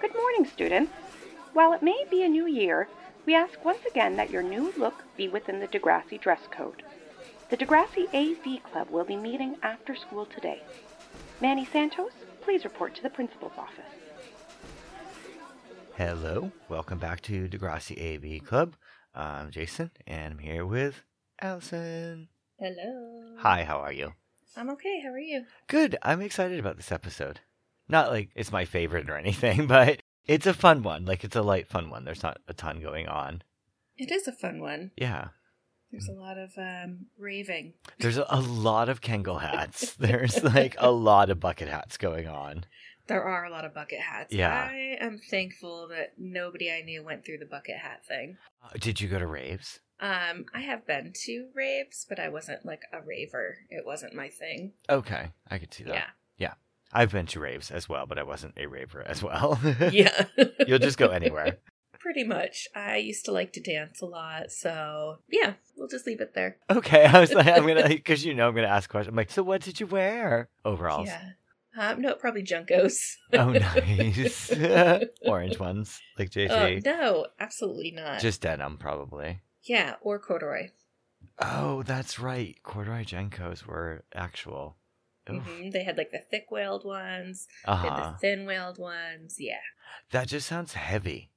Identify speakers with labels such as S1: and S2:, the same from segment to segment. S1: Good morning, students. While it may be a new year, we ask once again that your new look be within the Degrassi dress code. The Degrassi AV Club will be meeting after school today. Manny Santos, please report to the principal's office.
S2: Hello, welcome back to Degrassi AV Club. I'm Jason, and I'm here with Allison.
S3: Hello.
S2: Hi, how are you?
S3: I'm okay. How are you?
S2: Good. I'm excited about this episode. Not like it's my favorite or anything, but it's a fun one. Like it's a light, fun one. There's not a ton going on.
S3: It is a fun one.
S2: Yeah,
S3: There's a lot of um, raving.
S2: there's a, a lot of Kangol hats. There's like a lot of bucket hats going on.
S3: There are a lot of bucket hats.
S2: Yeah.
S3: I am thankful that nobody I knew went through the bucket hat thing.
S2: Uh, Did you go to raves?
S3: Um, I have been to raves, but I wasn't like a raver. It wasn't my thing.
S2: Okay, I could see that.
S3: Yeah.
S2: I've been to raves as well, but I wasn't a raver as well.
S3: Yeah.
S2: You'll just go anywhere.
S3: Pretty much. I used to like to dance a lot, so yeah, we'll just leave it there.
S2: Okay, I was like, I'm gonna because you know I'm gonna ask questions. I'm like, so what did you wear? Overalls.
S3: Yeah. Um, no, probably Junkos.
S2: Oh, nice. Orange ones, like
S3: Uh,
S2: JC.
S3: no, absolutely not.
S2: Just denim, probably.
S3: yeah, or corduroy.
S2: Oh, that's right. Corduroy Jenkos were actual. Oof.
S3: hmm They had like the thick whaled ones,
S2: Uh
S3: they
S2: huh.
S3: had the thin whaled ones. Yeah.
S2: That just sounds heavy.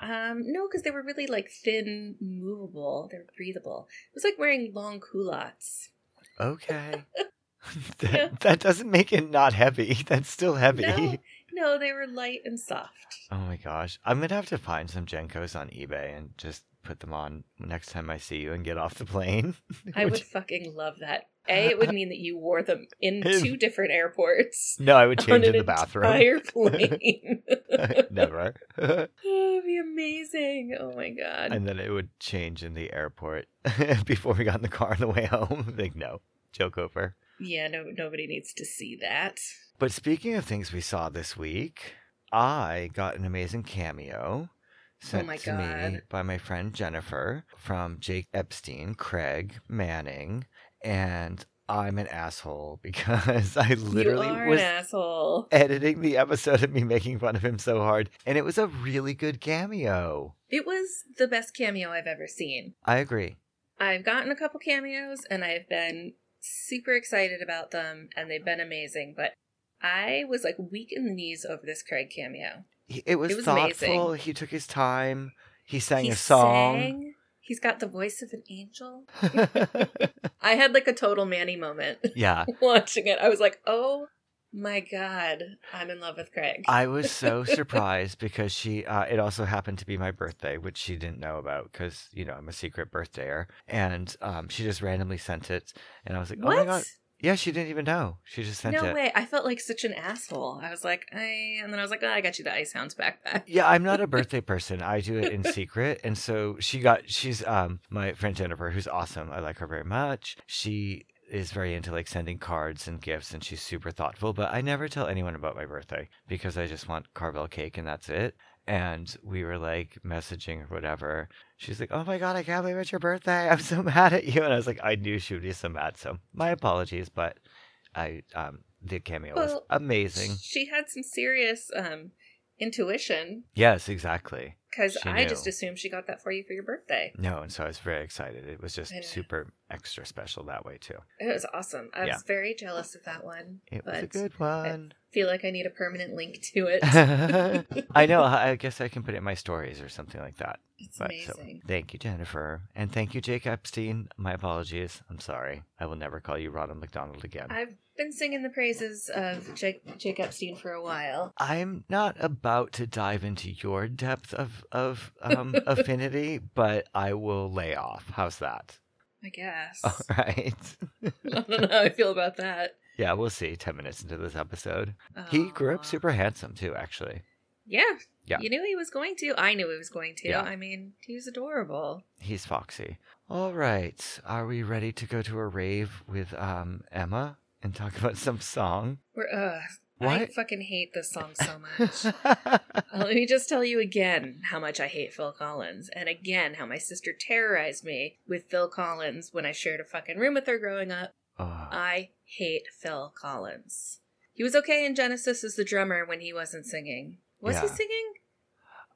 S3: Um, no, because they were really like thin, movable. They were breathable. It was like wearing long culottes.
S2: Okay. that,
S3: Yeah.
S2: that doesn't make it not heavy. That's still heavy.
S3: No, no, they were light and soft.
S2: Oh my gosh. I'm going to have to find some Jenkos on eBay and just put them on next time I see you and get off the plane.
S3: I would
S2: Which-
S3: fucking love that. A, it would mean that you wore them in
S2: In-
S3: two different airports.
S2: No, I would change
S3: on
S2: in
S3: an
S2: the bathroom.
S3: Entire plane.
S2: Never.
S3: oh, it'd be amazing. Oh my god.
S2: and then it would change in the airport before we got in the car on the way home. like, no, joke over.
S3: Yeah, no, nobody needs to see that.
S2: But speaking of things we saw this week, I got an amazing cameo sent
S3: Oh my
S2: to me
S3: God.
S2: by my friend Jennifer from Jake Epstein, Craig Manning, and I'm an asshole because I literally
S3: you are
S2: was
S3: an asshole.
S2: editing the episode of me making fun of him so hard, and it was a really good cameo.
S3: It was the best cameo I've ever seen.
S2: I agree.
S3: I've gotten a couple cameos and I've been super excited about them and they've been amazing, but I was like weak in the knees over this Craig cameo.
S2: He- It was,
S3: It was amazing.
S2: thoughtful. He took his time. He sang
S3: He
S2: a song.
S3: sang. He's got the voice of an angel. I had like a total Manny moment
S2: yeah.
S3: watching it. I was like, oh my God, I'm in love with Craig.
S2: I was so surprised because she. Uh, it also happened to be my birthday, which she didn't know about because you know I'm a secret birthdayer, and um, she just randomly sent it, and I was like,
S3: what?
S2: "Oh my god!" Yeah, she didn't even know. She just sent
S3: no
S2: it.
S3: way. I felt like such an asshole. I was like, I, and then I was like, oh, I got you the Ice Hounds backpack.
S2: Yeah, I'm not a birthday person. I do it in secret. And so she got she's um my friend Jennifer, who's awesome. I like her very much. She is very into like sending cards and gifts and she's super thoughtful, but I never tell anyone about my birthday because I just want Carvel cake and that's it. And we were like messaging or whatever. She's like, Oh my god, I can't believe it's your birthday. I'm so mad at you and I was like, I knew she would be so mad, so my apologies, but I um the cameo was
S3: Well,
S2: amazing.
S3: She had some serious um, intuition
S2: Yes, exactly.
S3: Because
S2: She
S3: I
S2: knew.
S3: just assumed she got that for you for your birthday.
S2: No, and so I was very excited. It was just
S3: I know.
S2: super extra special that way too.
S3: It was awesome. I
S2: Yeah.
S3: was very jealous of that one.
S2: It
S3: but
S2: was a good
S3: I
S2: one.
S3: feel like I need a permanent link to it.
S2: I know. I I guess I can put it in my stories or something like that.
S3: It's
S2: But so,
S3: amazing.
S2: thank you, Jennifer, and thank you, Jake Epstein. My apologies. I'm sorry. I will never call you Ronald McDonald again.
S3: I've been singing the praises of Jake, Jake Epstein for a while.
S2: I'm not about to dive into your depth of of um, affinity, but I will lay off. How's that?
S3: I guess.
S2: All right.
S3: I don't know how I feel about that.
S2: yeah, we'll see. Ten minutes into this episode, he grew up
S3: Aw.
S2: super handsome too. Actually,
S3: Yeah.
S2: Yeah.
S3: You knew he was going to. I knew he was going to.
S2: Yeah.
S3: I mean, he was adorable.
S2: He's foxy. All right. Are we ready to go to a rave with um Emma and talk about some song?
S3: We're, ugh, I
S2: What?
S3: fucking hate this song so much. Uh, Let me just tell you again how much I hate Phil Collins, and again how my sister terrorized me with Phil Collins when I shared a fucking room with her growing up.
S2: oh,
S3: I hate Phil Collins. He was okay in Genesis as the drummer when he wasn't singing. Was he
S2: Yeah.
S3: singing?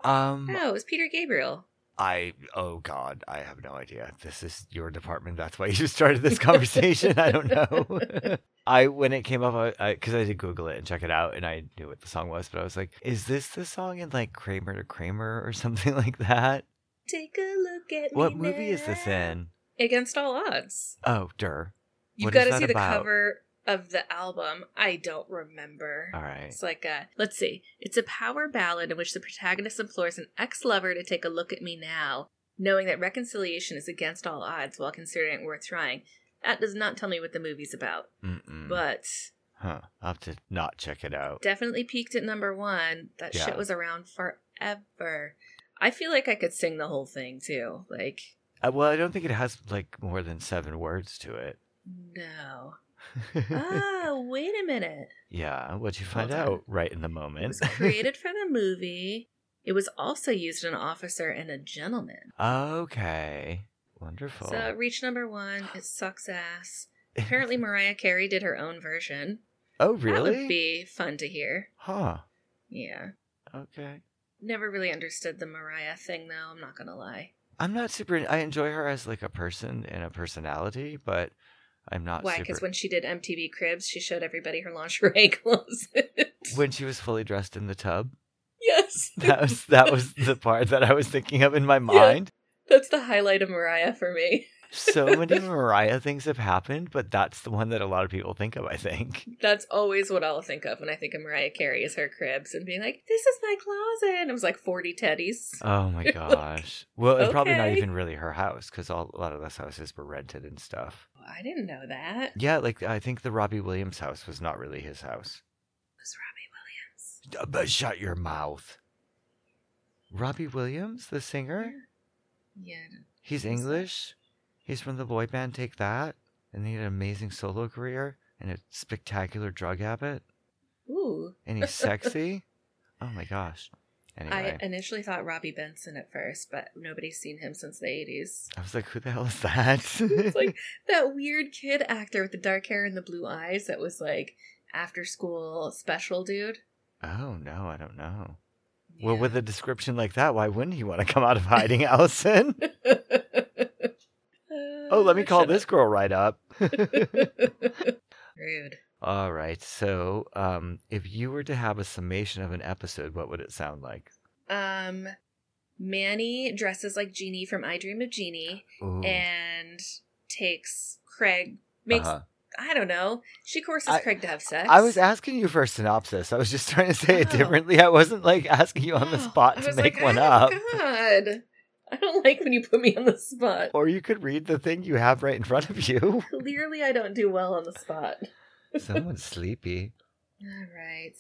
S2: Um,
S3: No, it was Peter Gabriel.
S2: I oh god, I have no idea. This is your department. That's why you started this conversation. I don't know. I when it came up, I because I, did Google it and check it out, and I knew what the song was, but I was like, "Is this the song in like Kramer to Kramer or something like that?
S3: Take a look at me.
S2: What movie is this
S3: now.
S2: in?"
S3: Against All Odds.
S2: Oh, dur.
S3: You've
S2: What
S3: got
S2: is that
S3: to see the
S2: about?
S3: cover of the album. I don't remember.
S2: All right.
S3: It's like a, let's see. It's a power ballad in which the protagonist implores an ex lover to take a look at me now, knowing that reconciliation is against all odds while considering it worth trying. That does not tell me what the movie's about,
S2: Mm-mm.
S3: but
S2: huh, I'll have to not check it out.
S3: definitely peaked at number one. That
S2: Yeah.
S3: shit was around forever. I feel like I could sing the whole thing too. Like,
S2: Uh, well, I don't think it has like more than seven words to it.
S3: no. oh, wait a minute.
S2: yeah, what'd you find
S3: Hold on.
S2: out right in the
S3: It
S2: moment?
S3: was created for the movie. It was also used in Officer and a Gentleman.
S2: okay, wonderful.
S3: So it reached number one. It sucks ass. Apparently, Mariah Carey did her own version.
S2: Oh,
S3: That
S2: really?
S3: would be fun to hear.
S2: huh.
S3: Yeah.
S2: Okay.
S3: Never really understood the Mariah thing, though. I'm not going to lie.
S2: I'm not super. I enjoy her as like a person and a personality, but I'm not.
S3: Why?
S2: Super,
S3: Because when she did MTV Cribs, she showed everybody her lingerie closet.
S2: when she was fully dressed in the tub,
S3: yes.
S2: that was that was the part that I was thinking of in my mind.
S3: That's the highlight of Mariah for me.
S2: So many Mariah things have happened, but that's the one that a lot of people think of. I think.
S3: That's always what I'll think of when I think of Mariah Carey is her cribs and being like, this is my closet. And it was like 40 teddies.
S2: Oh my gosh. Well, it's probably not
S3: Okay.
S2: even really her house because a lot of those houses were rented and stuff.
S3: Oh, I didn't know that. It
S2: Yeah, like I think the Robbie Williams house was not really his house.
S3: was Robbie Williams.
S2: Uh, But shut your mouth. Robbie Williams, the singer?
S3: Yeah.
S2: He's
S3: Who's that?
S2: English. He's from the boy band Take That. And he had an amazing solo career and a spectacular drug habit.
S3: Ooh.
S2: And he's sexy. oh my gosh. Anyway,
S3: I initially thought Robbie Benson at first, but nobody's seen him since the 80s.
S2: I, was like, who the hell is that?
S3: It's like that weird kid actor with the dark hair and the blue eyes that was like after school special dude.
S2: oh no, I don't know.
S3: Yeah.
S2: Well, with a description like that, why wouldn't he want to come out of hiding, Allison?
S3: Uh,
S2: Oh, let me call this girl right up.
S3: Rude.
S2: All right. So, um, if you were to have a summation of an episode, what would it sound like?
S3: Um, Manny dresses like Jeannie from I Dream of Jeannie
S2: Ooh.
S3: and takes Craig, Eh, makes,
S2: Uh-huh.
S3: I don't know, she courses
S2: I-
S3: Craig to have sex.
S2: I was asking you for a synopsis. I was just trying to say it
S3: Oh.
S2: differently. I wasn't like asking you on the
S3: Oh,
S2: spot
S3: I
S2: to
S3: was
S2: make
S3: like,
S2: one
S3: oh,
S2: up.
S3: God. I don't like when you put me on the spot.
S2: Or you could read the thing you have right in front of you.
S3: Clearly, I don't do well on the spot.
S2: Someone's sleepy.
S3: All right.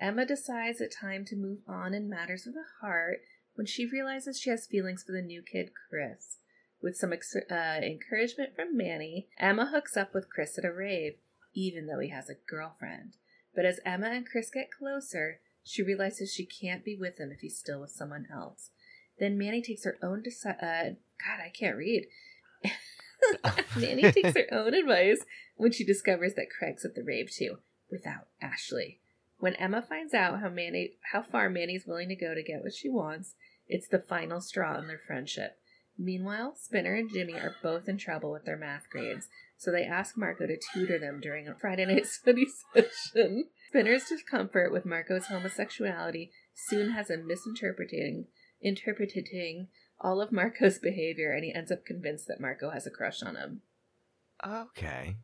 S3: Emma decides it's time to move on in matters of the heart when she realizes she has feelings for the new kid, Chris. With some ex- uh, encouragement from Manny, Emma hooks up with Chris at a rave, even though he has a girlfriend. But as Emma and Chris get closer, she realizes she can't be with him if he's still with someone else. Then Manny takes her own deci- uh, God, I can't read. Manny takes her own advice when she discovers that Craig's at the rave too, without Ashley. When Emma finds out how Manny how far Manny's willing to go to get what she wants, it's the final straw in their friendship. Meanwhile, Spinner and Jimmy are both in trouble with their math grades, so they ask Marco to tutor them during a Friday night study session. Spinner's discomfort with Marco's homosexuality soon has him misinterpreting interpreting all of Marco's behavior, and he ends up convinced that Marco has a crush on him.
S2: Okay.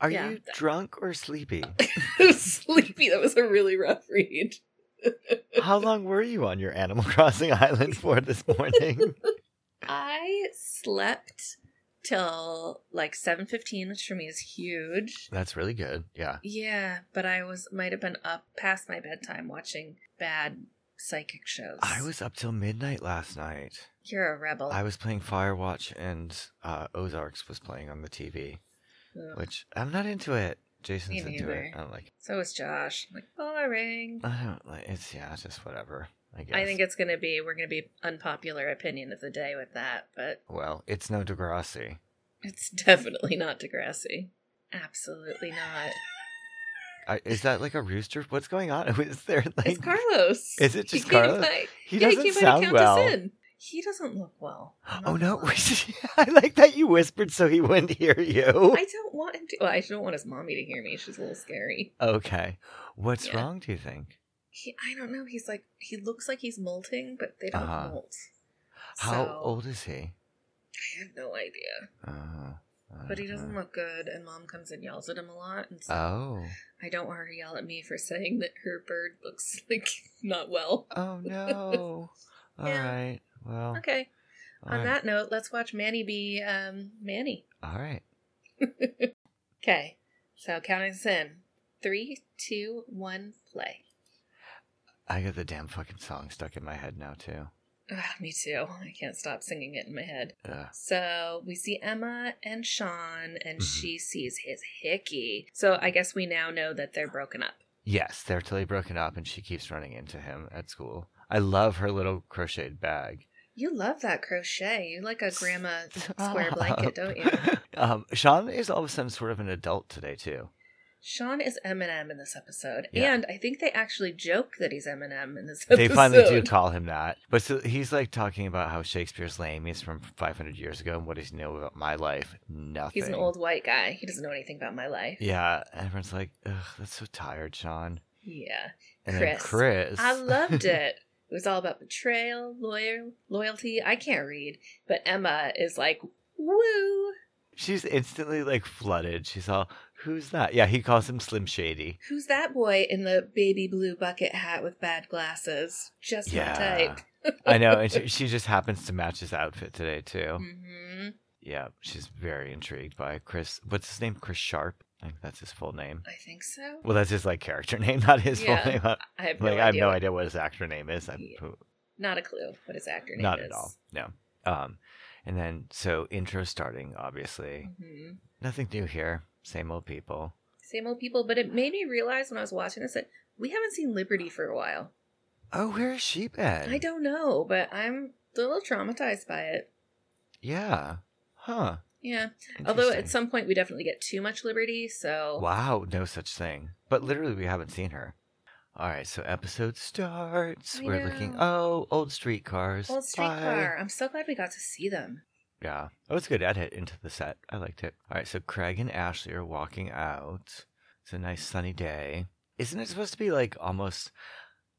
S2: Are
S3: Yeah.
S2: you drunk or sleepy?
S3: Sleepy, that was a really rough read.
S2: How long were you on your Animal Crossing island for this morning?
S3: I slept till like seven fifteen, which for me is huge.
S2: That's really good. Yeah.
S3: Yeah, but I was might have been up past my bedtime watching bad psychic shows.
S2: I was up till midnight last night.
S3: You're a rebel.
S2: I was playing Firewatch and uh, Ozarks was playing on the TV,
S3: Ugh.
S2: which I'm not into it. Jason's into it.
S3: neither.
S2: I don't like.
S3: so was Josh. Like boring.
S2: I don't like. It's yeah, it's just whatever. I guess.
S3: I think it's gonna be we're gonna be unpopular opinion of the day with that, but
S2: well, it's no Degrassi.
S3: It's definitely not Degrassi. Absolutely not.
S2: I, is that like a rooster? What's going on? Is there like
S3: it's Carlos.
S2: Is it just
S3: he came
S2: Carlos?
S3: by-
S2: He
S3: yeah, he
S2: doesn't
S3: came by to
S2: sound
S3: count
S2: well.
S3: us in. He doesn't look well. I'm not
S2: Oh no!
S3: gonna lie.
S2: I like that you whispered so he wouldn't hear you.
S3: I don't want him to. Well, I don't want his mommy to hear me. She's a little scary.
S2: Okay, what's
S3: Yeah.
S2: wrong? Do you think?
S3: He, I don't know. He's like he looks like he's molting, but they don't
S2: Uh-huh.
S3: molt.
S2: How
S3: So,
S2: old is he?
S3: I have no idea.
S2: Uh,
S3: But he doesn't
S2: uh,
S3: look good, and mom comes and yells at him a lot. And so
S2: Oh.
S3: I don't want her to yell at me for saying that her bird looks like not well.
S2: Oh no. All
S3: Yeah.
S2: right. Well.
S3: Okay.
S2: all
S3: On
S2: right.
S3: that note, let's watch Manny be um, Manny.
S2: All right.
S3: Okay. So counting us in. Three, two, one, play.
S2: I got the damn fucking song stuck in my head now too.
S3: Ugh, me too. I can't stop singing it in my head.
S2: Ugh.
S3: So we see Emma and Sean, and
S2: Mhm.
S3: she sees his hickey. So I guess we now know that they're broken up.
S2: Yes, they're totally broken up, and she keeps running into him at school. I love her little crocheted bag.
S3: You love that crochet. You like a grandma square blanket, don't you?
S2: um, Sean is all of a sudden sort of an adult today too.
S3: Sean is Eminem in this episode,
S2: Yeah.
S3: and I think they actually joke that he's Eminem in this
S2: They
S3: episode.
S2: finally do call him that. But so he's like talking about how Shakespeare's lame. He's from 500 years ago, and what does he know about my life? Nothing.
S3: He's an old white guy. He doesn't know anything about my life.
S2: Yeah, and everyone's like, "Ugh, that's so tired, Sean."
S3: Yeah,
S2: And then
S3: Chris.
S2: Chris,
S3: I loved it. It was all about betrayal, lawyer, loyalty. I can't read, but Emma is like, "Woo,
S2: She's instantly like flooded. She's all, "Who's that?" Yeah, he calls him Slim Shady.
S3: who's that boy in the baby blue bucket hat with bad glasses? Just
S2: Yeah.
S3: my type."
S2: I know, and she, she just happens to match his outfit today too.
S3: hmm
S2: Yeah, she's very intrigued by Chris. What's his name? Chris Sharp. I think that's his full name.
S3: I think so.
S2: Well, that's his like character name, not his
S3: Yeah,
S2: full name. Like
S3: I have no idea.
S2: I have no
S3: what-
S2: idea what his actor name is. I,
S3: Yeah. Not a clue what his actor name
S2: Not
S3: is.
S2: at all. No. Um, and then so intro starting. Obviously,
S3: hmm
S2: nothing new here. Same old people.
S3: Same old people, but it made me realize when I was watching this that we haven't seen Liberty for a while.
S2: Oh, where is she been?
S3: I don't know, but I'm a little traumatized by it.
S2: Yeah. Huh.
S3: Yeah. Although at
S2: Interesting.
S3: some point we definitely get too much liberty, so
S2: Wow, no such thing. But literally, we haven't seen her. All right, so episode starts.
S3: I
S2: We're looking.
S3: know.
S2: Oh, old streetcars.
S3: old
S2: Bye.
S3: streetcar. I'm so glad we got to see them.
S2: Yeah, I was good at it into the set. I liked it. All right, so Craig and Ashley are walking out. It's a nice sunny day. Isn't it supposed to be like almost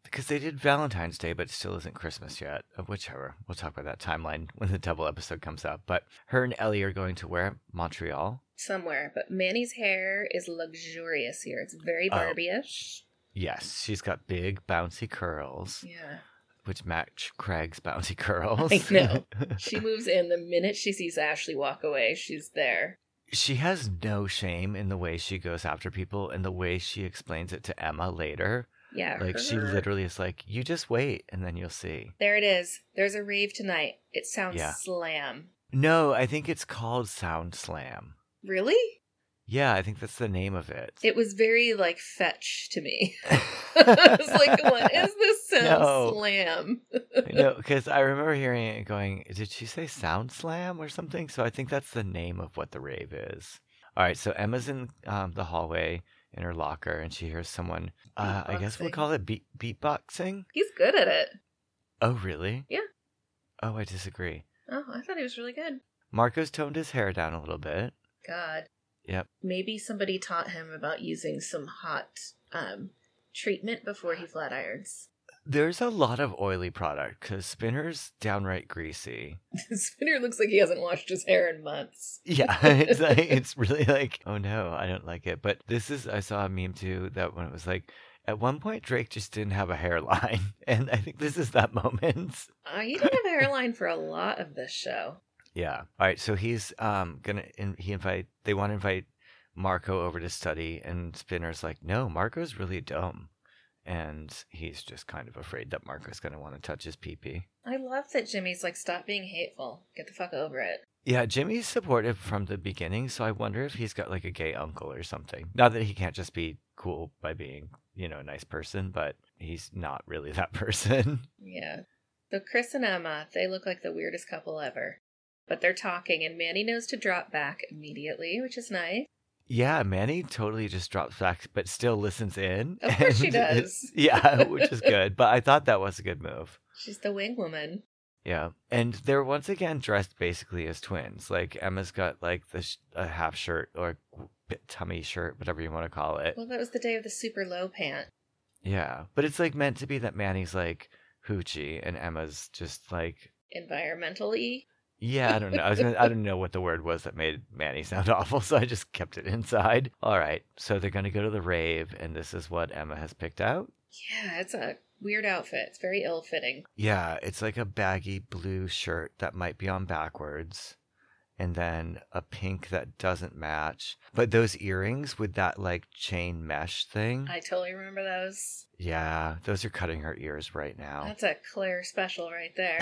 S2: because they did Valentine's Day, but it still isn't Christmas yet? Uh, Whichever. We'll talk about that timeline when the double episode comes up. But her and Ellie are going to where? Montreal.
S3: Somewhere, but Manny's hair is luxurious here. It's very
S2: Oh.
S3: Barbie-ish.
S2: Yes, she's got big bouncy curls.
S3: Yeah,
S2: which match Craig's bouncy curls.
S3: I know. she moves in the minute she sees Ashley walk away. She's there.
S2: she has no shame in the way she goes after people and the way she explains it to Emma later.
S3: Yeah,
S2: Like she
S3: her-
S2: literally is like, "You just wait and then you'll see."
S3: There it is. There's a rave tonight. It sounds
S2: Yeah.
S3: slam.
S2: No, I think it's called Sound Slam.
S3: Really?
S2: Yeah, I think that's the name of it.
S3: It was very like fetch to me. I was like, what is this sound
S2: No.
S3: slam?
S2: no, because I remember hearing it and going, did she say Sound Slam or something? So I think that's the name of what the rave is. All right, so Emma's in um, the hallway in her locker and she hears someone, uh, I guess we'll
S3: Beatboxing.
S2: call it beat- beatboxing.
S3: He's good at it.
S2: Oh, really?
S3: Yeah.
S2: Oh, I disagree.
S3: Oh, I thought he was really good.
S2: Marco's toned his hair down a little bit.
S3: God.
S2: Yep.
S3: Maybe somebody taught him about using some hot um, treatment before he flat irons.
S2: There's a lot of oily product because Spinner's downright greasy.
S3: Spinner looks like he hasn't washed his hair in months.
S2: Yeah, it's like, it's really like, oh no, I don't like it. But this is, I saw a meme too that when it was like, at one point Drake just didn't have a hairline, and I think this is that moment.
S3: Uh, he didn't have a hairline for a lot of this show.
S2: Yeah. All right. So he's um gonna in, he invite they want to invite Marco over to study, and Spinner's like, no, Marco's really dumb, and he's just kind of afraid that Marco's gonna want to touch his pee pee.
S3: I love that Jimmy's like, stop being hateful. Get the fuck over it.
S2: Yeah, Jimmy's supportive from the beginning, so I wonder if he's got like a gay uncle or something. Not that he can't just be cool by being, you know, a nice person, but he's not really that person.
S3: Yeah. So Chris and Emma, they look like the weirdest couple ever. But they're talking, and Manny knows to drop back immediately, which is nice.
S2: Yeah, Manny totally just drops back, but still listens in.
S3: Of course she
S2: and-
S3: does.
S2: Yeah, which is good. But I thought that was a good move.
S3: She's the wing woman.
S2: Yeah, and they're once again dressed basically as twins. Like Emma's got like the sh- a half shirt or p- tummy shirt, whatever you want to call it.
S3: Well, that was the day of the super low pant.
S2: Yeah, but it's like meant to be that Manny's like hoochie and Emma's just like
S3: Environmentally,
S2: yeah. I don't know. I was gonna, I don't know what the word was that made Manny sound awful, so I just kept it inside. All right, so they're gonna go to the rave, and this is what Emma has picked out.
S3: yeah, it's a weird outfit. It's very ill fitting.
S2: Yeah, it's like a baggy blue shirt that might be on backwards and then a pink that doesn't match. But those earrings with that like chain mesh thing.
S3: I totally remember those.
S2: yeah, those are cutting her ears right now.
S3: That's a Claire special right there.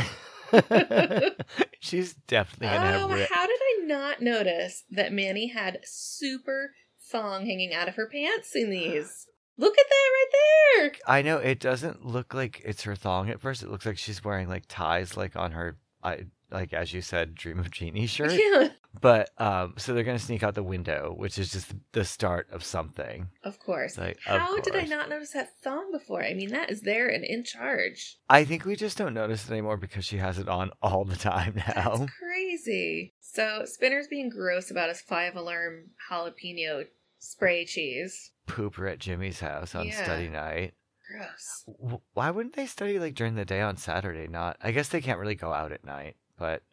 S2: She's definitely gonna have
S3: oh,
S2: ri-
S3: how did I not notice that Manny had super thong hanging out of her pants in these? Look at that right there.
S2: I know it doesn't look like it's her thong at first. It looks like she's wearing like ties like on her I like as you said, Dream of Genie shirt.
S3: Yeah,
S2: But um so they're gonna sneak out the window, which is just the start of something.
S3: of course.
S2: Like, of
S3: how did I
S2: course.
S3: not notice that thong before? I mean, that is there and in charge.
S2: I think we just don't notice it anymore because she has it on all the time now.
S3: That's crazy. So Spinner's being gross about his five alarm jalapeno spray cheese.
S2: Pooper at Jimmy's house on
S3: Yeah.
S2: study night.
S3: Gross.
S2: W- Why wouldn't they study like during the day on Saturday? Not, I guess they can't really go out at night, but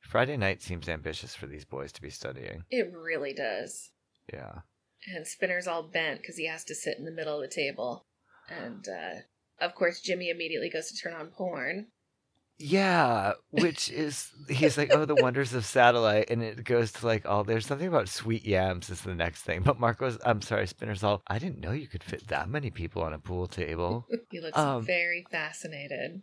S2: Friday night seems ambitious for these boys to be studying.
S3: It really does.
S2: Yeah.
S3: And Spinner's all bent because he has to sit in the middle of the table. And uh, of course, Jimmy immediately goes to turn on porn.
S2: Yeah, which is he's like, oh, the wonders of satellite, and it goes to like, oh, there's something about sweet yams is the next thing. But Marco's, I'm sorry, Spinner's all, I didn't know you could fit that many people on a pool table.
S3: He looks
S2: Um,
S3: very fascinated.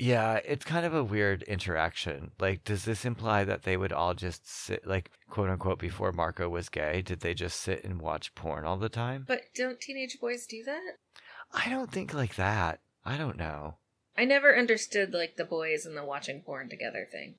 S2: Yeah, it's kind of a weird interaction. Like, does this imply that they would all just sit, like, quote unquote, before Marco was gay? Did they just sit and watch porn all the time?
S3: But don't teenage boys do that?
S2: I don't think like that. I don't know.
S3: I never understood like the boys and the watching porn together thing.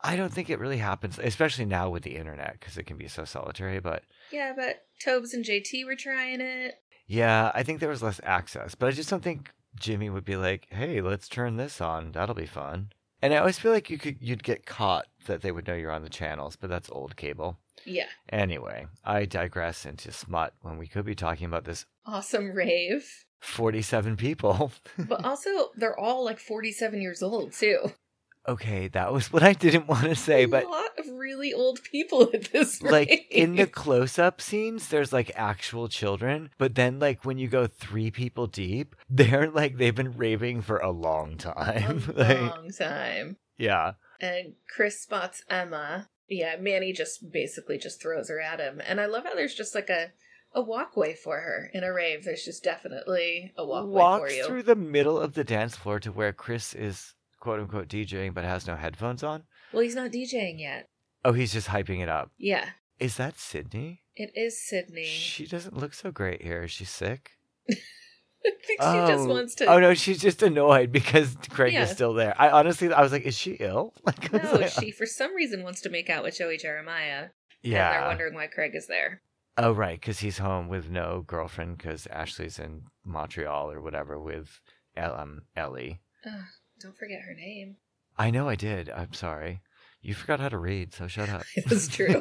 S2: I don't think it really happens, especially now with the internet, because it can be so solitary. But
S3: Yeah, but Tobes and JT were trying it.
S2: yeah, I think there was less access. But I just don't think Jimmy would be like, hey, let's turn this on. That'll be fun. And I always feel like you could you'd get caught that they would know you're on the channels, but that's old cable.
S3: Yeah.
S2: Anyway, I digress into smut when we could be talking about this
S3: Awesome rave.
S2: 47 people.
S3: But also, they're all like 47 years old, too.
S2: okay, that was what I didn't want to say,
S3: a
S2: but
S3: lot of really old people at this
S2: like in the
S3: rave.
S2: close up scenes, there's like actual children, but then like when you go three people deep, they're like they've been raving for a long time.
S3: a
S2: like,
S3: long time.
S2: yeah.
S3: And Chris spots Emma. Yeah, Manny just basically just throws her at him. And I love how there's just like a a walkway for her in a rave. There's just definitely a walkway for
S2: Walks
S3: you.
S2: through the middle of the dance floor to where Chris is quote unquote DJing but has no headphones on.
S3: Well, he's not DJing yet.
S2: Oh, he's just hyping it up.
S3: Yeah,
S2: Is that Sydney?
S3: it is Sydney.
S2: She doesn't look so great here. Is she sick?
S3: I think she just wants to.
S2: Oh no, she's just annoyed because Craig
S3: Yeah.
S2: is still there. I honestly, I was like, is she ill? Like, I was
S3: No,
S2: like, uh,
S3: she for some reason wants to make out with Joey Jeremiah. And they're
S2: yeah.
S3: wondering why Craig is there.
S2: oh right, because he's home with no girlfriend because Ashley's in Montreal or whatever with El- um, Ellie.
S3: Ugh, don't forget her name.
S2: I know I did. I'm sorry. You forgot how to read, so shut up.
S3: It's true.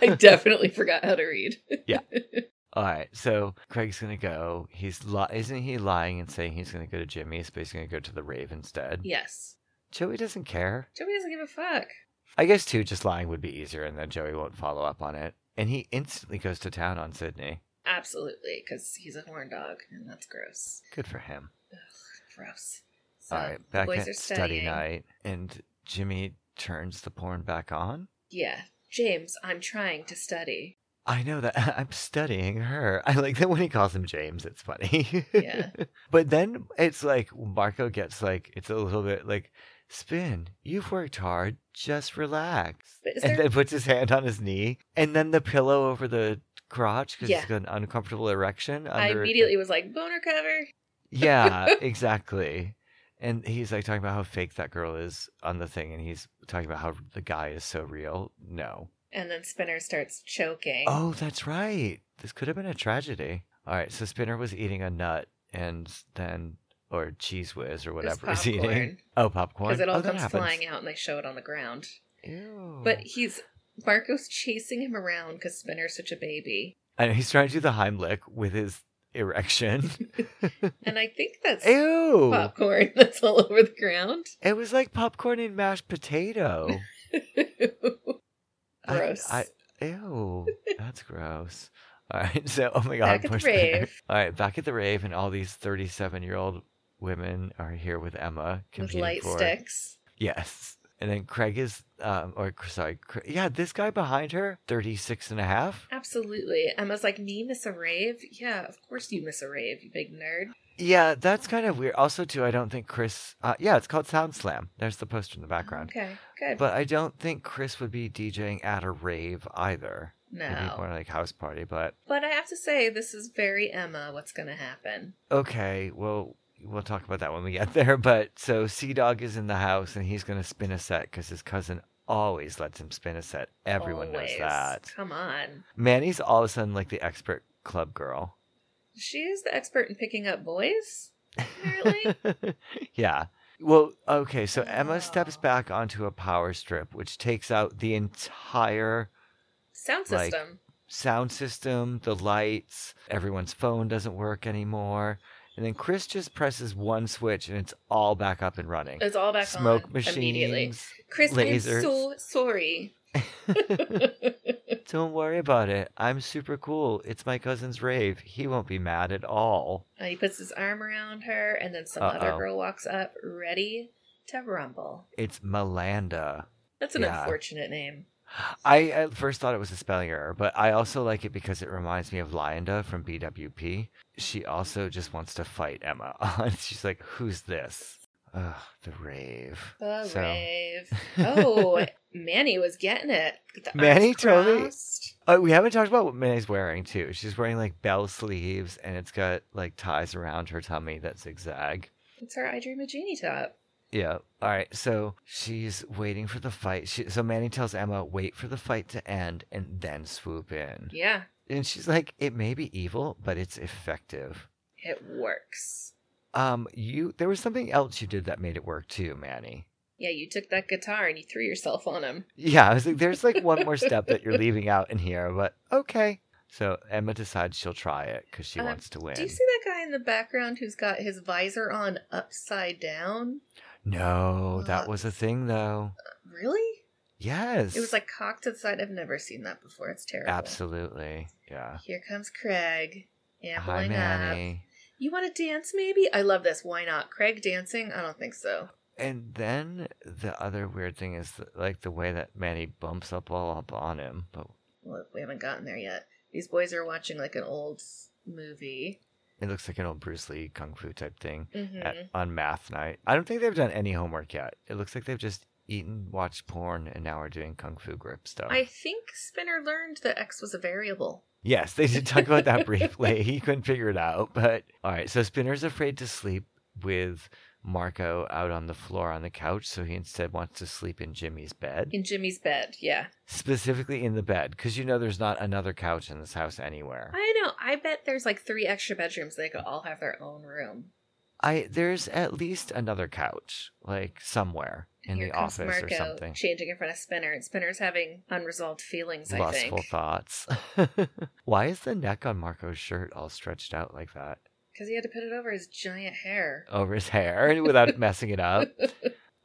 S3: I definitely forgot how to read.
S2: All right, so Craig's gonna go. He's li- isn't he lying and saying he's gonna go to Jimmy's, but he's gonna go to the Rave instead.
S3: yes.
S2: Joey doesn't care.
S3: Joey doesn't give a fuck.
S2: I guess too, just lying would be easier, and then Joey won't follow up on it. And he instantly goes to town on Sydney.
S3: Absolutely, because he's a horn dog, and that's gross.
S2: Good for him.
S3: Gross. So,
S2: All right, back
S3: boys
S2: at
S3: are
S2: study
S3: studying.
S2: night, and Jimmy turns the porn back on.
S3: Yeah. James, I'm trying to study.
S2: I know that I'm studying her. I like that when he calls him James, it's funny.
S3: Yeah.
S2: but then it's like Marco gets like it's a little bit like spin. You've worked hard. Just relax.
S3: But is
S2: and
S3: there-
S2: then puts his hand on his knee, and then the pillow over the crotch because he's
S3: Yeah.
S2: got an uncomfortable erection. Under,
S3: I immediately was like, boner cover.
S2: Yeah, exactly. And he's like talking about how fake that girl is on the thing, and he's talking about how the guy is so real. No,
S3: And then Spinner starts choking.
S2: Oh, that's right. This could have been a tragedy. All right, so Spinner was eating a nut and then, or cheese whiz or whatever he's eating. Oh, popcorn.
S3: Because it all
S2: oh, that
S3: comes
S2: happens.
S3: flying out and they show it on the ground.
S2: Ew.
S3: But he's Marco's chasing him around because Spinner's such a baby.
S2: I know, he's trying to do the Heimlich with his erection.
S3: And I think that's
S2: Ew.
S3: popcorn that's all over the ground.
S2: It was like popcorn and mashed potato. I-
S3: Gross.
S2: I, ew, that's gross. All right, so oh my god,
S3: Back at the
S2: push back.
S3: rave.
S2: All right, back at the rave, and all these thirty-seven-year-old women are here with Emma
S3: with
S2: competing
S3: light
S2: for
S3: sticks.
S2: yes. And then Craig is, um, or sorry, Cra- yeah, this guy behind her, 36 and a half.
S3: Absolutely. Emma's like, me miss a rave? Yeah, of course you miss a rave, you big nerd.
S2: Yeah, that's kind of weird. Also, too, I don't think Chris. Uh, yeah, it's called Sound Slam. There's the poster in the background.
S3: Okay, good.
S2: But I don't think Chris would be DJing at a rave either. Maybe
S3: no.
S2: more like house party, but
S3: But I have to say, this is very Emma, what's going to happen.
S2: Okay, well, we'll talk about that when we get there. But so Sea Dog is in the house and he's going to spin a set because his cousin always lets him spin a set. Everyone
S3: Always.
S2: knows that.
S3: Come on.
S2: Manny's all of a sudden like the expert club girl.
S3: She is the expert in picking up boys, apparently.
S2: yeah. Well, okay, so Emma steps
S3: Oh.
S2: back onto a power strip, which takes out the entire
S3: Sound
S2: Like-
S3: system.
S2: sound system, the lights, everyone's phone doesn't work anymore. And then Chris just presses one switch and it's all back up and running.
S3: It's all back
S2: Smoke
S3: on immediately.
S2: machines.
S3: Chris, I'm
S2: lasers.
S3: so sorry.
S2: Don't worry about it. I'm super cool. It's my cousin's rave. He won't be mad at all.
S3: Uh, he puts his arm around her, and then some other
S2: Uh-oh.
S3: girl walks up, ready to rumble.
S2: It's Melanda.
S3: That's an
S2: Yeah.
S3: unfortunate name.
S2: I at first thought it was a spelling error, but I also like it because it reminds me of Lyanda from BWP. She also just wants to fight Emma. She's like, "Who's this?" Ugh, the rave.
S3: The
S2: So-
S3: rave. Oh, Manny was getting it. Got the arms
S2: Manny totally-
S3: crossed.
S2: Uh, we haven't talked about what May's wearing too. She's wearing like bell sleeves, and it's got like ties around her tummy that zigzag.
S3: It's her I Dream a Genie top.
S2: Yeah. All right. So she's waiting for the fight. She, so Manny tells Emma, "Wait for the fight to end and then swoop in."
S3: Yeah,
S2: And she's like, "It may be evil, but it's effective."
S3: it works.
S2: Um, you there was something else you did that made it work too, Manny.
S3: Yeah, you took that guitar and you threw yourself on him.
S2: Yeah, I was like, there's like one more step that you're leaving out in here, but okay. So Emma decides she'll try it because she
S3: Uh,
S2: wants to win.
S3: Do you see that guy in the background who's got his visor on upside down?
S2: No,
S3: Uh,
S2: that was a thing though.
S3: Really?
S2: Yes.
S3: It was like cocked to the side. I've never seen that before. It's terrible.
S2: absolutely. Yeah.
S3: Here comes Craig.
S2: Hi,
S3: Ambling up.
S2: Manny.
S3: You want to dance, maybe? I love this. Why not? Craig dancing? I don't think so.
S2: And then the other weird thing is that, like the way that Manny bumps up all up on him. But
S3: Well, we haven't gotten there yet. These boys are watching like an old movie.
S2: it looks like an old Bruce Lee kung fu type thing
S3: hmm
S2: at, on math night. I don't think they've done any homework yet. It looks like they've just eaten, watched porn, and now are doing kung fu grip stuff.
S3: I think Spinner learned that X was a variable.
S2: Yes, they did talk about that briefly. He couldn't figure it out. But all right, so Spinner's afraid to sleep with Marco out on the floor on the couch, so he instead wants to sleep in Jimmy's bed,
S3: In Jimmy's bed, yeah.
S2: specifically in the bed, because you know there's not another couch in this house anywhere.
S3: I know. I bet there's like three extra bedrooms. They could all have their own room.
S2: I there's at least another couch, like somewhere in
S3: Here
S2: the
S3: comes
S2: office or something.
S3: Changing in front of Spinner, and Spinner's having unresolved feelings. I
S2: Lustful
S3: think
S2: thoughts. Why is the neck on Marco's shirt all stretched out like that
S3: because he had to put it over his giant hair.
S2: over his hair without messing it up?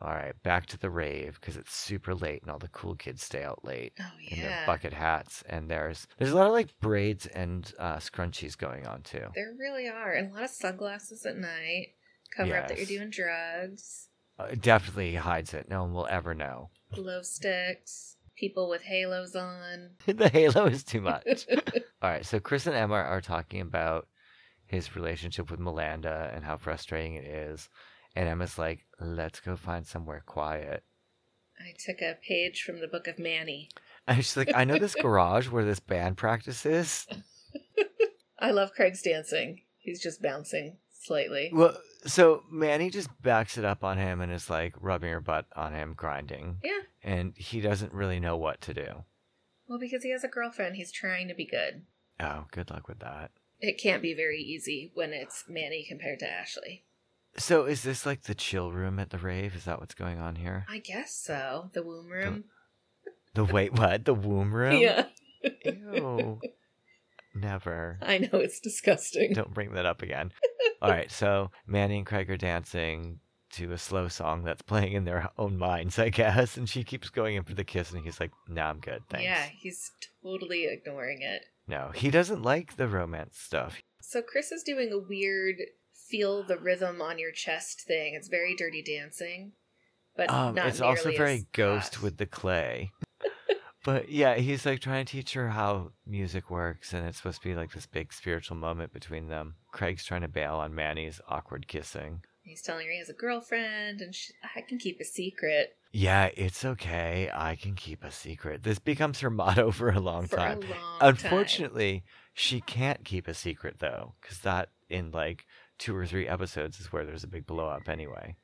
S2: All right, back to the rave because it's super late and all the cool kids stay out late
S3: Oh
S2: in their
S3: yeah,
S2: bucket hats. And there's there's a lot of like braids and uh, scrunchies going on too.
S3: there really are, and a lot of sunglasses at night. Cover up that you're
S2: Yes.
S3: doing drugs.
S2: Uh, it definitely hides it. No one will ever know.
S3: Glow sticks. People with halos on.
S2: the halo is too much. all right, so Chris and Emma are talking about his relationship with Melanda and how frustrating it is. And Emma's like, "Let's go find somewhere quiet."
S3: I took a page from the book of Manny.
S2: And she's like, "I know this garage where this band practices."
S3: I love Craig's dancing. He's just bouncing slightly.
S2: Well, so Manny just backs it up on him and is like rubbing her butt on him, grinding,
S3: yeah.
S2: and he doesn't really know what to do.
S3: Well, because he has a girlfriend, he's trying to be good.
S2: Oh, good luck with that.
S3: It can't be very easy when it's Manny compared to Ashley.
S2: So is this like the chill room at the rave? Is that what's going on here?
S3: I guess so. The womb room.
S2: The wait, what? The womb room?
S3: Yeah.
S2: Ew. Never.
S3: I know it's disgusting.
S2: Don't bring that up again. All right, so Manny and Craig are dancing to a slow song that's playing in their own minds, I guess. And she keeps going in for the kiss, and he's like, "Nah, I'm good, thanks."
S3: Yeah, he's totally ignoring it.
S2: No, he doesn't like the romance stuff.
S3: So Chris is doing a weird feel the rhythm on your chest thing. It's very dirty dancing, but
S2: Um,
S3: not
S2: it's also
S3: nearly
S2: very
S3: as
S2: ghost
S3: hot.
S2: with the clay. but yeah, he's like trying to teach her how music works, and it's supposed to be like this big spiritual moment between them. Craig's trying to bail on Manny's awkward kissing.
S3: He's telling her he has a girlfriend, and she, I can keep a secret
S2: Yeah, it's okay. I can keep a secret. This becomes her motto for a long
S3: for
S2: time.
S3: a long time.
S2: Unfortunately, she can't keep a secret though, because that in like two or three episodes is where there's a big blow up anyway.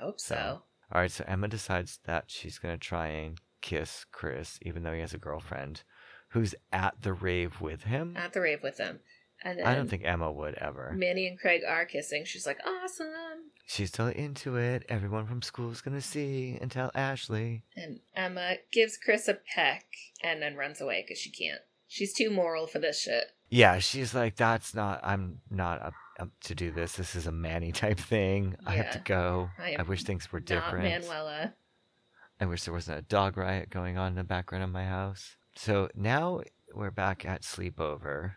S3: I hope so.
S2: So. All right, so Emma decides that she's gonna try and kiss Chris, even though he has a girlfriend who's at the rave with him.
S3: At the rave with him, and then
S2: I don't think Emma would ever.
S3: Manny and Craig are kissing. She's like, awesome.
S2: She's still into it. Everyone from school's gonna see and tell Ashley.
S3: And Emma gives Chris a peck and then runs away because she can't. She's too moral for this shit.
S2: Yeah, she's like, that's not. I'm not up, up to do this. This is a Manny type thing. I have to
S3: Yeah.
S2: go.
S3: I
S2: I,
S3: am
S2: wish things were
S3: Not
S2: different.
S3: Manuela.
S2: I wish there wasn't a dog riot going on in the background of my house. So now we're back at sleepover.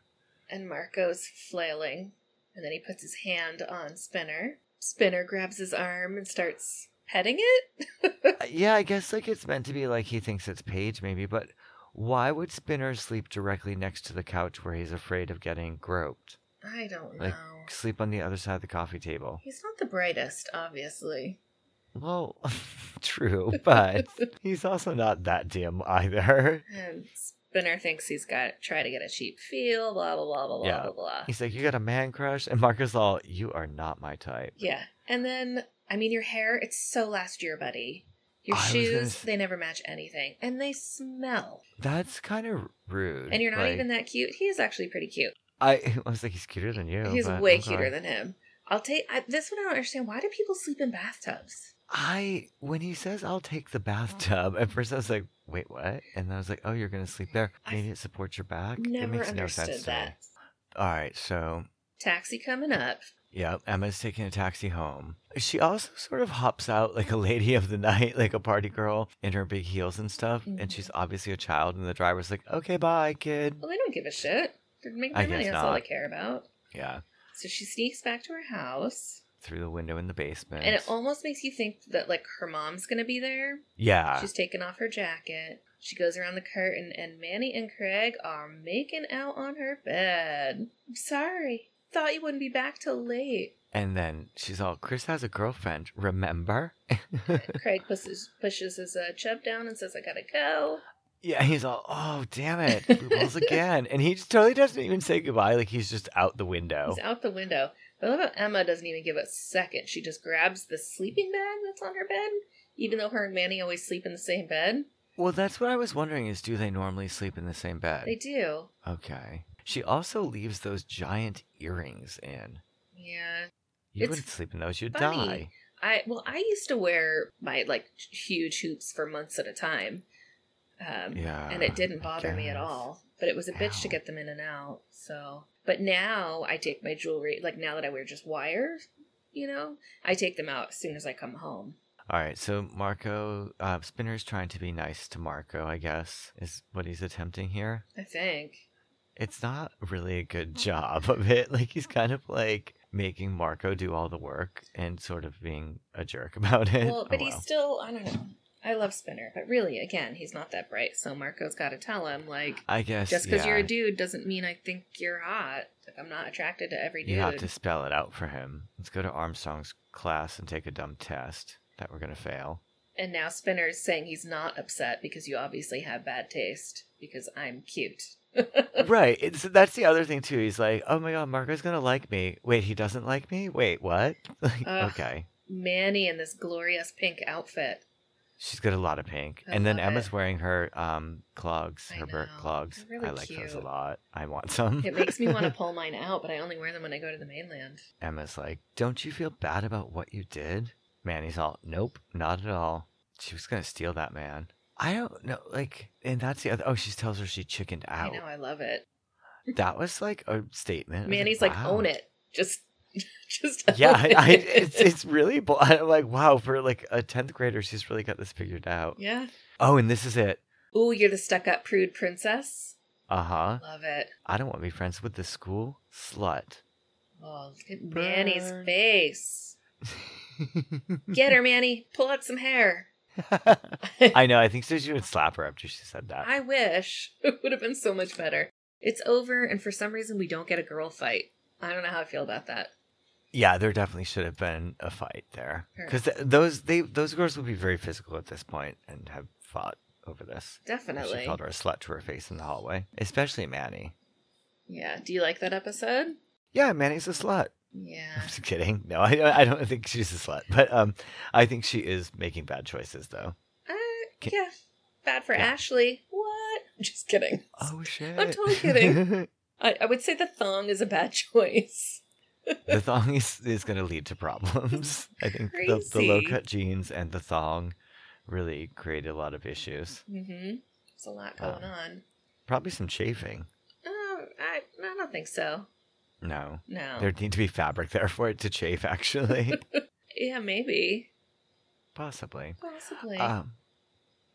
S3: And Marco's flailing. And then he puts his hand on Spinner. Spinner grabs his arm and starts petting it.
S2: Uh, Yeah, I guess like it's meant to be like he thinks it's Paige maybe, but why would Spinner sleep directly next to the couch where he's afraid of getting groped?
S3: I don't know.
S2: Like- Sleep on the other side of the coffee table.
S3: He's not the brightest, obviously.
S2: Well, true, but he's also not that dim either.
S3: And Spinner thinks he's got try to get a cheap feel, blah blah blah blah blah
S2: Yeah.
S3: blah blah.
S2: He's like, You got a man crush? And Marcus all, you are not my type.
S3: Yeah. And then I mean your hair, it's so last year, buddy. Your
S2: I was gonna
S3: shoes,
S2: s-
S3: they never match anything. And they smell.
S2: That's kind of rude.
S3: And you're not
S2: like-
S3: even that cute. He is actually pretty cute.
S2: I, I was like, he's cuter than you.
S3: He's
S2: but
S3: way
S2: okay.
S3: cuter than him. I'll take I, this one. I don't understand. Why do people sleep in bathtubs?
S2: I when he says I'll take
S3: Oh.
S2: the bathtub, at first I was like, wait, what? And then I was like, oh, you're gonna sleep there.
S3: I
S2: Maybe it supports your back. it
S3: Never
S2: makes
S3: understood
S2: no sense
S3: that.
S2: To me. All right, so
S3: Taxi coming up.
S2: yeah, Emma's taking a taxi home. She also sort of hops out like a lady of the night, like a party girl in her big heels and stuff. And
S3: Mhm.
S2: she's obviously a child, and the driver's like, okay, bye, kid.
S3: Well, they don't give a shit. They're making
S2: I
S3: their money.
S2: guess
S3: That's all they
S2: not.
S3: care about.
S2: Yeah,
S3: So she sneaks back to her house,
S2: through the window in the basement.
S3: and it almost makes you think that like her mom's gonna be there.
S2: yeah,
S3: She's taking off her jacket. She goes around the curtain, and Manny and Craig are making out on her bed. I'm sorry. Thought you wouldn't be back till late.
S2: and then she's all, Chris has a girlfriend. Remember?
S3: Craig pushes pushes his uh, chub down and says, "I gotta go."
S2: Yeah, he's all, oh, damn it, loopholes again. And he just totally doesn't even say goodbye. Like, he's just out the window.
S3: He's out the window. But I love how Emma doesn't even give a second. She just grabs the sleeping bag that's on her bed, even though her and Manny always sleep in the same bed.
S2: Well, that's what I was wondering is do they normally sleep in the same bed?
S3: They do.
S2: Okay. She also leaves those giant earrings in.
S3: Yeah.
S2: You
S3: It's
S2: wouldn't sleep in those, you'd
S3: funny.
S2: die.
S3: I well, I used to wear my like huge hoops for months at a time. Um,
S2: Yeah.
S3: and it didn't
S2: I
S3: bother me at
S2: guess.
S3: all. But it was a bitch to
S2: Ow.
S3: get them in and out. So, but now I take my jewelry, like now that I wear just wire, you know, I take them out as soon as I come home.
S2: All right, so Marco, uh, Spinner's trying to be nice to Marco, I guess, is what he's attempting here.
S3: I think.
S2: It's not really a good job of it. Like he's kind of like making Marco do all the work and sort of being a jerk about it.
S3: Well, but
S2: Oh,
S3: he's still, I don't know. I love Spinner, but really, again, he's not that bright. So Marco's got to tell him, like,
S2: I guess
S3: just because
S2: yeah,
S3: you're a dude doesn't mean I think you're hot. Like, I'm not attracted to every dude.
S2: you have to spell it out for him. Let's go to Armstrong's class and take a dumb test that we're gonna fail.
S3: And now Spinner's saying he's not upset because you obviously have bad taste because I'm cute.
S2: right. It's that's the other thing too. He's like, oh my god, Marco's gonna like me. Wait, he doesn't like me. Wait, what? Like,
S3: Ugh.
S2: okay.
S3: Manny in this glorious pink outfit.
S2: She's got a lot of pink.
S3: I
S2: and then
S3: love
S2: Emma's
S3: it.
S2: wearing her um clogs,
S3: I
S2: her Burke
S3: know.
S2: clogs.
S3: They're really
S2: I like those a
S3: cute.
S2: lot. I want some.
S3: It makes me want to pull mine out, but I only wear them when I go to the mainland.
S2: Emma's like, Don't you feel bad about what you did? Manny's all, Nope, not at all. She was gonna steal that man. I don't know, like, and that's the other. Oh, she tells her she chickened
S3: I
S2: out.
S3: know, I love it.
S2: That was like a statement. I was
S3: Manny's like,
S2: "Wow."
S3: own it. Just, just. Own
S2: Yeah, I, I,
S3: it."
S2: it's it's really bo- I'm like, wow, for like a tenth grader, she's really got this figured out.
S3: yeah.
S2: Oh, and this is it.
S3: Ooh, you're the stuck-up prude princess.
S2: Uh huh.
S3: Love it.
S2: I don't want to be friends with the school slut.
S3: Oh, look at Manny's
S2: Burn.
S3: face. Get her, Manny. Pull out some hair.
S2: I know. I think so. She would slap her after she said that.
S3: I wish. It would have been so much better. It's over, and for some reason, we don't get a girl fight. I don't know how I feel about that.
S2: Yeah, there definitely should have been a fight there
S3: Sure.
S2: because th- those they those girls would be very physical at this point and have fought over this. She
S3: Definitely.
S2: called her a slut to her face in the hallway, especially Manny.
S3: Yeah. Do you like that episode?
S2: Yeah, Manny's a slut.
S3: Yeah.
S2: I'm just kidding. No, I, I don't think she's a slut, but um, I think she is making bad choices though.
S3: Uh,
S2: Ki-
S3: yeah. Bad for
S2: Yeah.
S3: Ashley. What? Just kidding.
S2: Oh shit!
S3: totally kidding. I, I would say the thong is a bad choice.
S2: the thong is, is going to lead to problems. I think the, the low
S3: Crazy.
S2: cut jeans and the thong really create a lot of issues.
S3: Mm hmm. There's a lot going
S2: Um.
S3: on.
S2: Probably some chafing.
S3: Oh, I, I don't think so.
S2: No,
S3: No.
S2: there'd need to be fabric there for it to chafe. Actually,
S3: Yeah, maybe.
S2: possibly.
S3: Possibly.
S2: Um,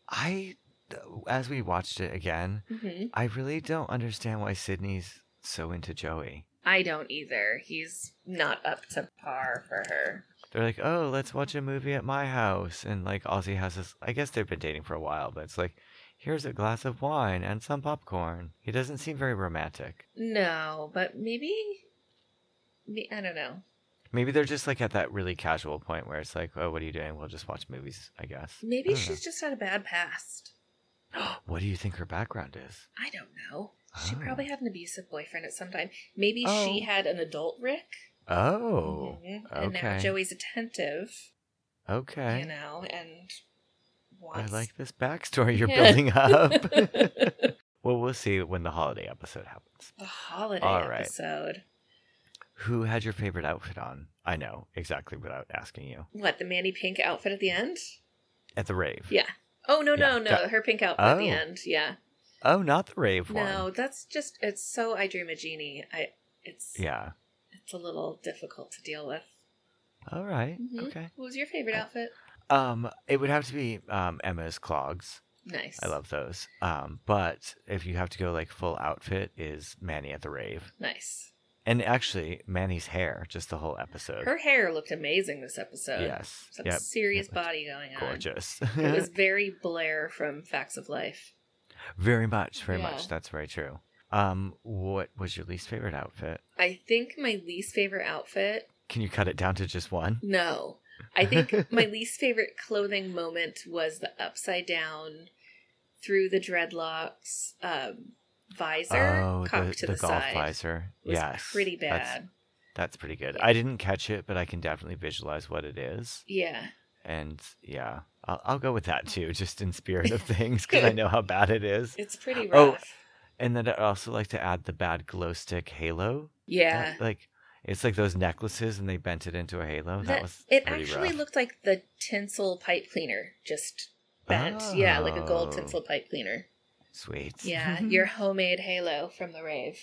S2: I as we watched it again,
S3: hmm
S2: I really don't understand why Sydney's so into Joey.
S3: I don't either. He's not up to par for her.
S2: they're like, oh, let's watch a movie at my house. And like Ozzy has this, I guess they've been dating for a while, but it's like, here's a glass of wine and some popcorn. He doesn't seem very romantic.
S3: No, but maybe. me- I don't know.
S2: Maybe they're just like at that really casual point where it's like, oh, what are you doing? We'll just watch movies, I guess. I
S3: Maybe
S2: don't
S3: she's just had a bad past.
S2: know. what do you think her background is?
S3: I don't know. She
S2: Oh.
S3: probably had an abusive boyfriend at some time. Maybe she
S2: Oh.
S3: had an adult Rick.
S2: Oh,
S3: Mhm. And now
S2: okay.
S3: Joey's attentive,
S2: okay.
S3: you know, and
S2: I
S3: wants.
S2: like this backstory you're
S3: Yeah.
S2: building up. well, we'll see when the holiday episode happens.
S3: the holiday
S2: All right.
S3: episode.
S2: Who had your favorite outfit on? I know exactly without asking you.
S3: What, the Manny Pink outfit at the end?
S2: At the rave.
S3: Yeah. Oh, no, no,
S2: Yeah,
S3: no.
S2: that-
S3: Her pink outfit at the
S2: Oh.
S3: end. Yeah.
S2: Oh, not the rave one.
S3: No, that's just it's so I dream a genie. I it's
S2: Yeah.
S3: it's a little difficult to deal with.
S2: All right.
S3: Mhm.
S2: Okay.
S3: What was your favorite
S2: Uh,
S3: outfit?
S2: Um, it would have to be um Emma's clogs.
S3: Nice.
S2: I love those. Um, but if you have to go like full outfit, is Manny at the rave,
S3: nice.
S2: and actually Manny's hair, just the whole episode.
S3: Her hair looked amazing this episode.
S2: yes.
S3: Some
S2: Yep.
S3: serious
S2: It looked
S3: body going on.
S2: Gorgeous.
S3: It was very Blair from Facts of Life.
S2: very much. Very
S3: Yeah.
S2: much. That's very true. Um, what was your least favorite outfit?
S3: I think my least favorite outfit.
S2: Can you cut it down to just one?
S3: No. I think my least favorite clothing moment was the upside down through the dreadlocks um visor
S2: oh,
S3: cocked
S2: the,
S3: to the,
S2: the, golf
S3: side.
S2: visor.
S3: It was
S2: yes,
S3: pretty bad.
S2: That's, That's pretty good.
S3: Yeah.
S2: I didn't catch it, but I can definitely visualize what it is.
S3: yeah.
S2: And yeah, I'll, I'll go with that too, just in spirit of things, because I know how bad it is.
S3: It's pretty
S2: Oh,
S3: rough.
S2: And then I'd also like to add the bad glow stick halo.
S3: yeah.
S2: That, like, it's like those necklaces and they bent it into a halo. That,
S3: That-
S2: was
S3: it
S2: pretty
S3: actually
S2: rough.
S3: looked like the tinsel pipe cleaner just bent. Yeah, like a gold
S2: Oh,
S3: tinsel pipe cleaner.
S2: Sweet.
S3: Yeah, your homemade halo from the rave.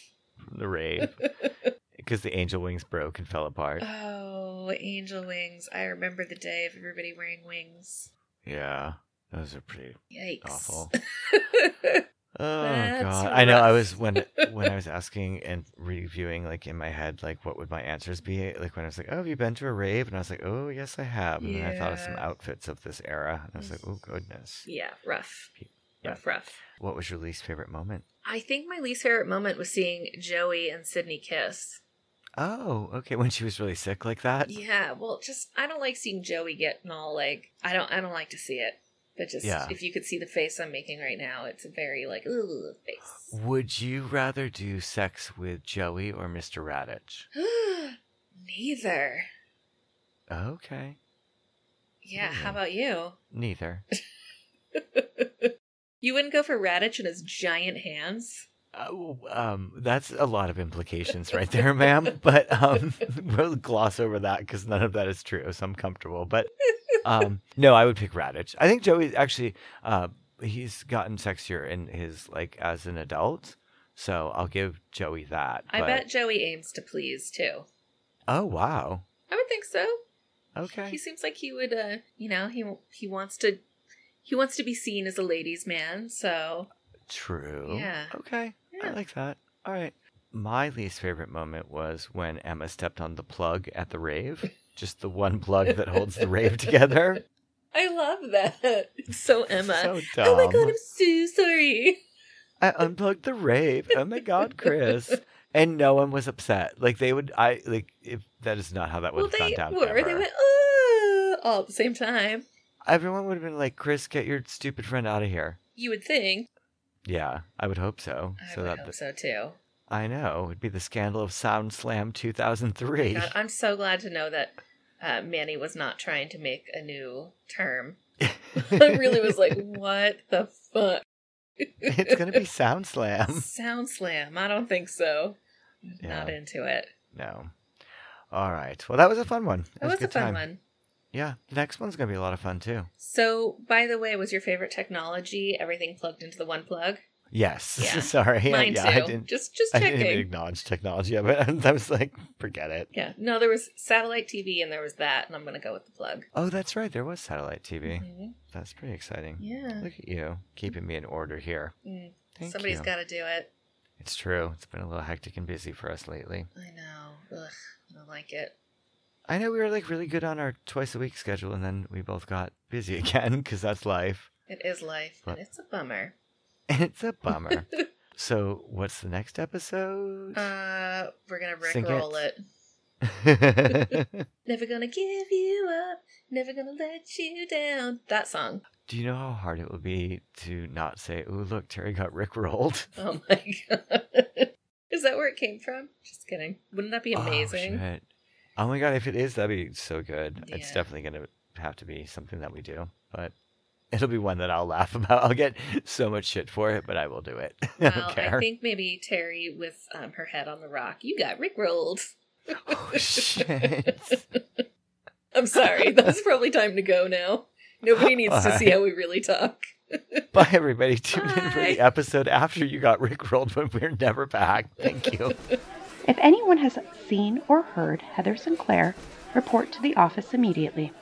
S2: the rave. Because the angel wings broke and fell apart.
S3: Oh, angel wings. I remember the day of everybody wearing wings.
S2: Yeah, those are pretty
S3: Yikes.
S2: awful.
S3: mm-hmm.
S2: Oh
S3: That's
S2: god. I know I
S3: rough.
S2: was when when I was asking and reviewing like in my head like what would my answers be? Like when I was like, "Oh, have you been to a rave?" and I was like, "Oh, yes, I have." And then I thought of some
S3: Yeah.
S2: outfits of this era and I was like, "Oh goodness."
S3: Yeah, rough.
S2: Yeah.
S3: Rough, rough.
S2: What was your least favorite moment?
S3: I think my least favorite moment was seeing Joey and Sydney kiss.
S2: Oh, okay, when she was really sick like that?
S3: Yeah, well, just I don't like seeing Joey getting all like I don't I don't like to see it. But just
S2: Yeah.
S3: if you could see the face I'm making right now, it's a very like ooh face.
S2: Would you rather do sex with Joey or Mr. Radich?
S3: Neither.
S2: Okay.
S3: Yeah. How
S2: Hmm.
S3: about you?
S2: Neither.
S3: you wouldn't go for Radich and his giant hands?
S2: Oh, um, that's a lot of implications right there, ma'am. But um, we'll gloss over that because none of that is true, so I'm comfortable. But um, no, I would pick Radich. I think Joey actually, uh, he's gotten sexier in his like as an adult, so I'll give Joey that.
S3: I
S2: but-
S3: bet Joey aims to please too.
S2: Oh wow.
S3: I would think so.
S2: Okay.
S3: He seems like he would, uh, you know, he he wants to, he wants to be seen as a ladies' man. So
S2: True.
S3: Yeah.
S2: Okay. I
S3: Yeah.
S2: like that. All right. My least favorite moment was when Emma stepped on the plug at the rave. Just the one plug that holds the rave together.
S3: I love that. It's so Emma.
S2: So dumb.
S3: oh my god, I'm so sorry.
S2: I unplugged the rave. Oh my god, Chris. And no one was upset. Like they would I like if that is not how that would
S3: Well,
S2: have gone
S3: they
S2: down.
S3: were. They
S2: ever.
S3: went oh all at the same time.
S2: Everyone would have been like, Chris, get your stupid friend out of here.
S3: You would think.
S2: Yeah, I would hope so.
S3: I
S2: so
S3: would
S2: that
S3: hope so too.
S2: I know. It'd be the scandal of Sound Slam two thousand three.
S3: God, I'm so glad to know that uh, Manny was not trying to make a new term. I really was like, what the fuck?
S2: it's gonna be Sound Slam.
S3: Sound slam. I don't think so. Not
S2: Um, Yeah.
S3: into it.
S2: No. All right. Well, that was a fun one.
S3: That was a
S2: good
S3: fun
S2: time.
S3: one.
S2: Yeah. The next one's gonna be a lot of fun too.
S3: So, by the way, was your favorite technology everything plugged into the one plug?
S2: Yes.
S3: Yeah.
S2: Sorry.
S3: Mine
S2: yeah,
S3: too.
S2: I didn't.
S3: just just
S2: I didn't even
S3: checking.
S2: acknowledge technology of it. I was like, forget it.
S3: Yeah. No, there was satellite TV and there was that, and I'm gonna go with the plug.
S2: Oh, that's right. There was satellite TV.
S3: Mhm.
S2: That's pretty exciting.
S3: Yeah.
S2: Look at you keeping me in order here.
S3: Mm.
S2: Thank
S3: Somebody's
S2: you.
S3: got to do it.
S2: It's true. It's been a little hectic and busy for us lately.
S3: I know. Ugh. I don't like it.
S2: I know we were like really good on our twice a week schedule, and then we both got busy again because that's life.
S3: It is life,
S2: But-
S3: and it's a bummer.
S2: It's a bummer. so, what's the next episode?
S3: Uh, we're gonna
S2: Sink
S3: rickroll it.
S2: Do
S3: Never gonna give you up. Never gonna let you down. That song.
S2: you know how hard it will be to not say, "Ooh, look, Terry got rickrolled"?
S3: Oh my god. Is that where it came from? Just kidding. Wouldn't that be amazing?
S2: Oh, shit. Oh my god, if it is, that'd be so good. It's
S3: Yeah.
S2: definitely gonna have to be something that we do, but it'll be one that I'll laugh about. I'll get so much shit for it, but I will do it. I
S3: well,
S2: don't
S3: I,
S2: care.
S3: think maybe Terry with um, her head on the rock. You got rickrolled.
S2: Oh shit!
S3: I'm sorry. That's probably time to go now. Nobody needs to see
S2: Alright.
S3: how we really talk.
S2: Bye, everybody. Tune in for the
S3: Bye.
S2: episode after you got rickrolled, but we're never back. Thank you.
S1: If anyone has seen or heard Heather Sinclair, report to the office immediately.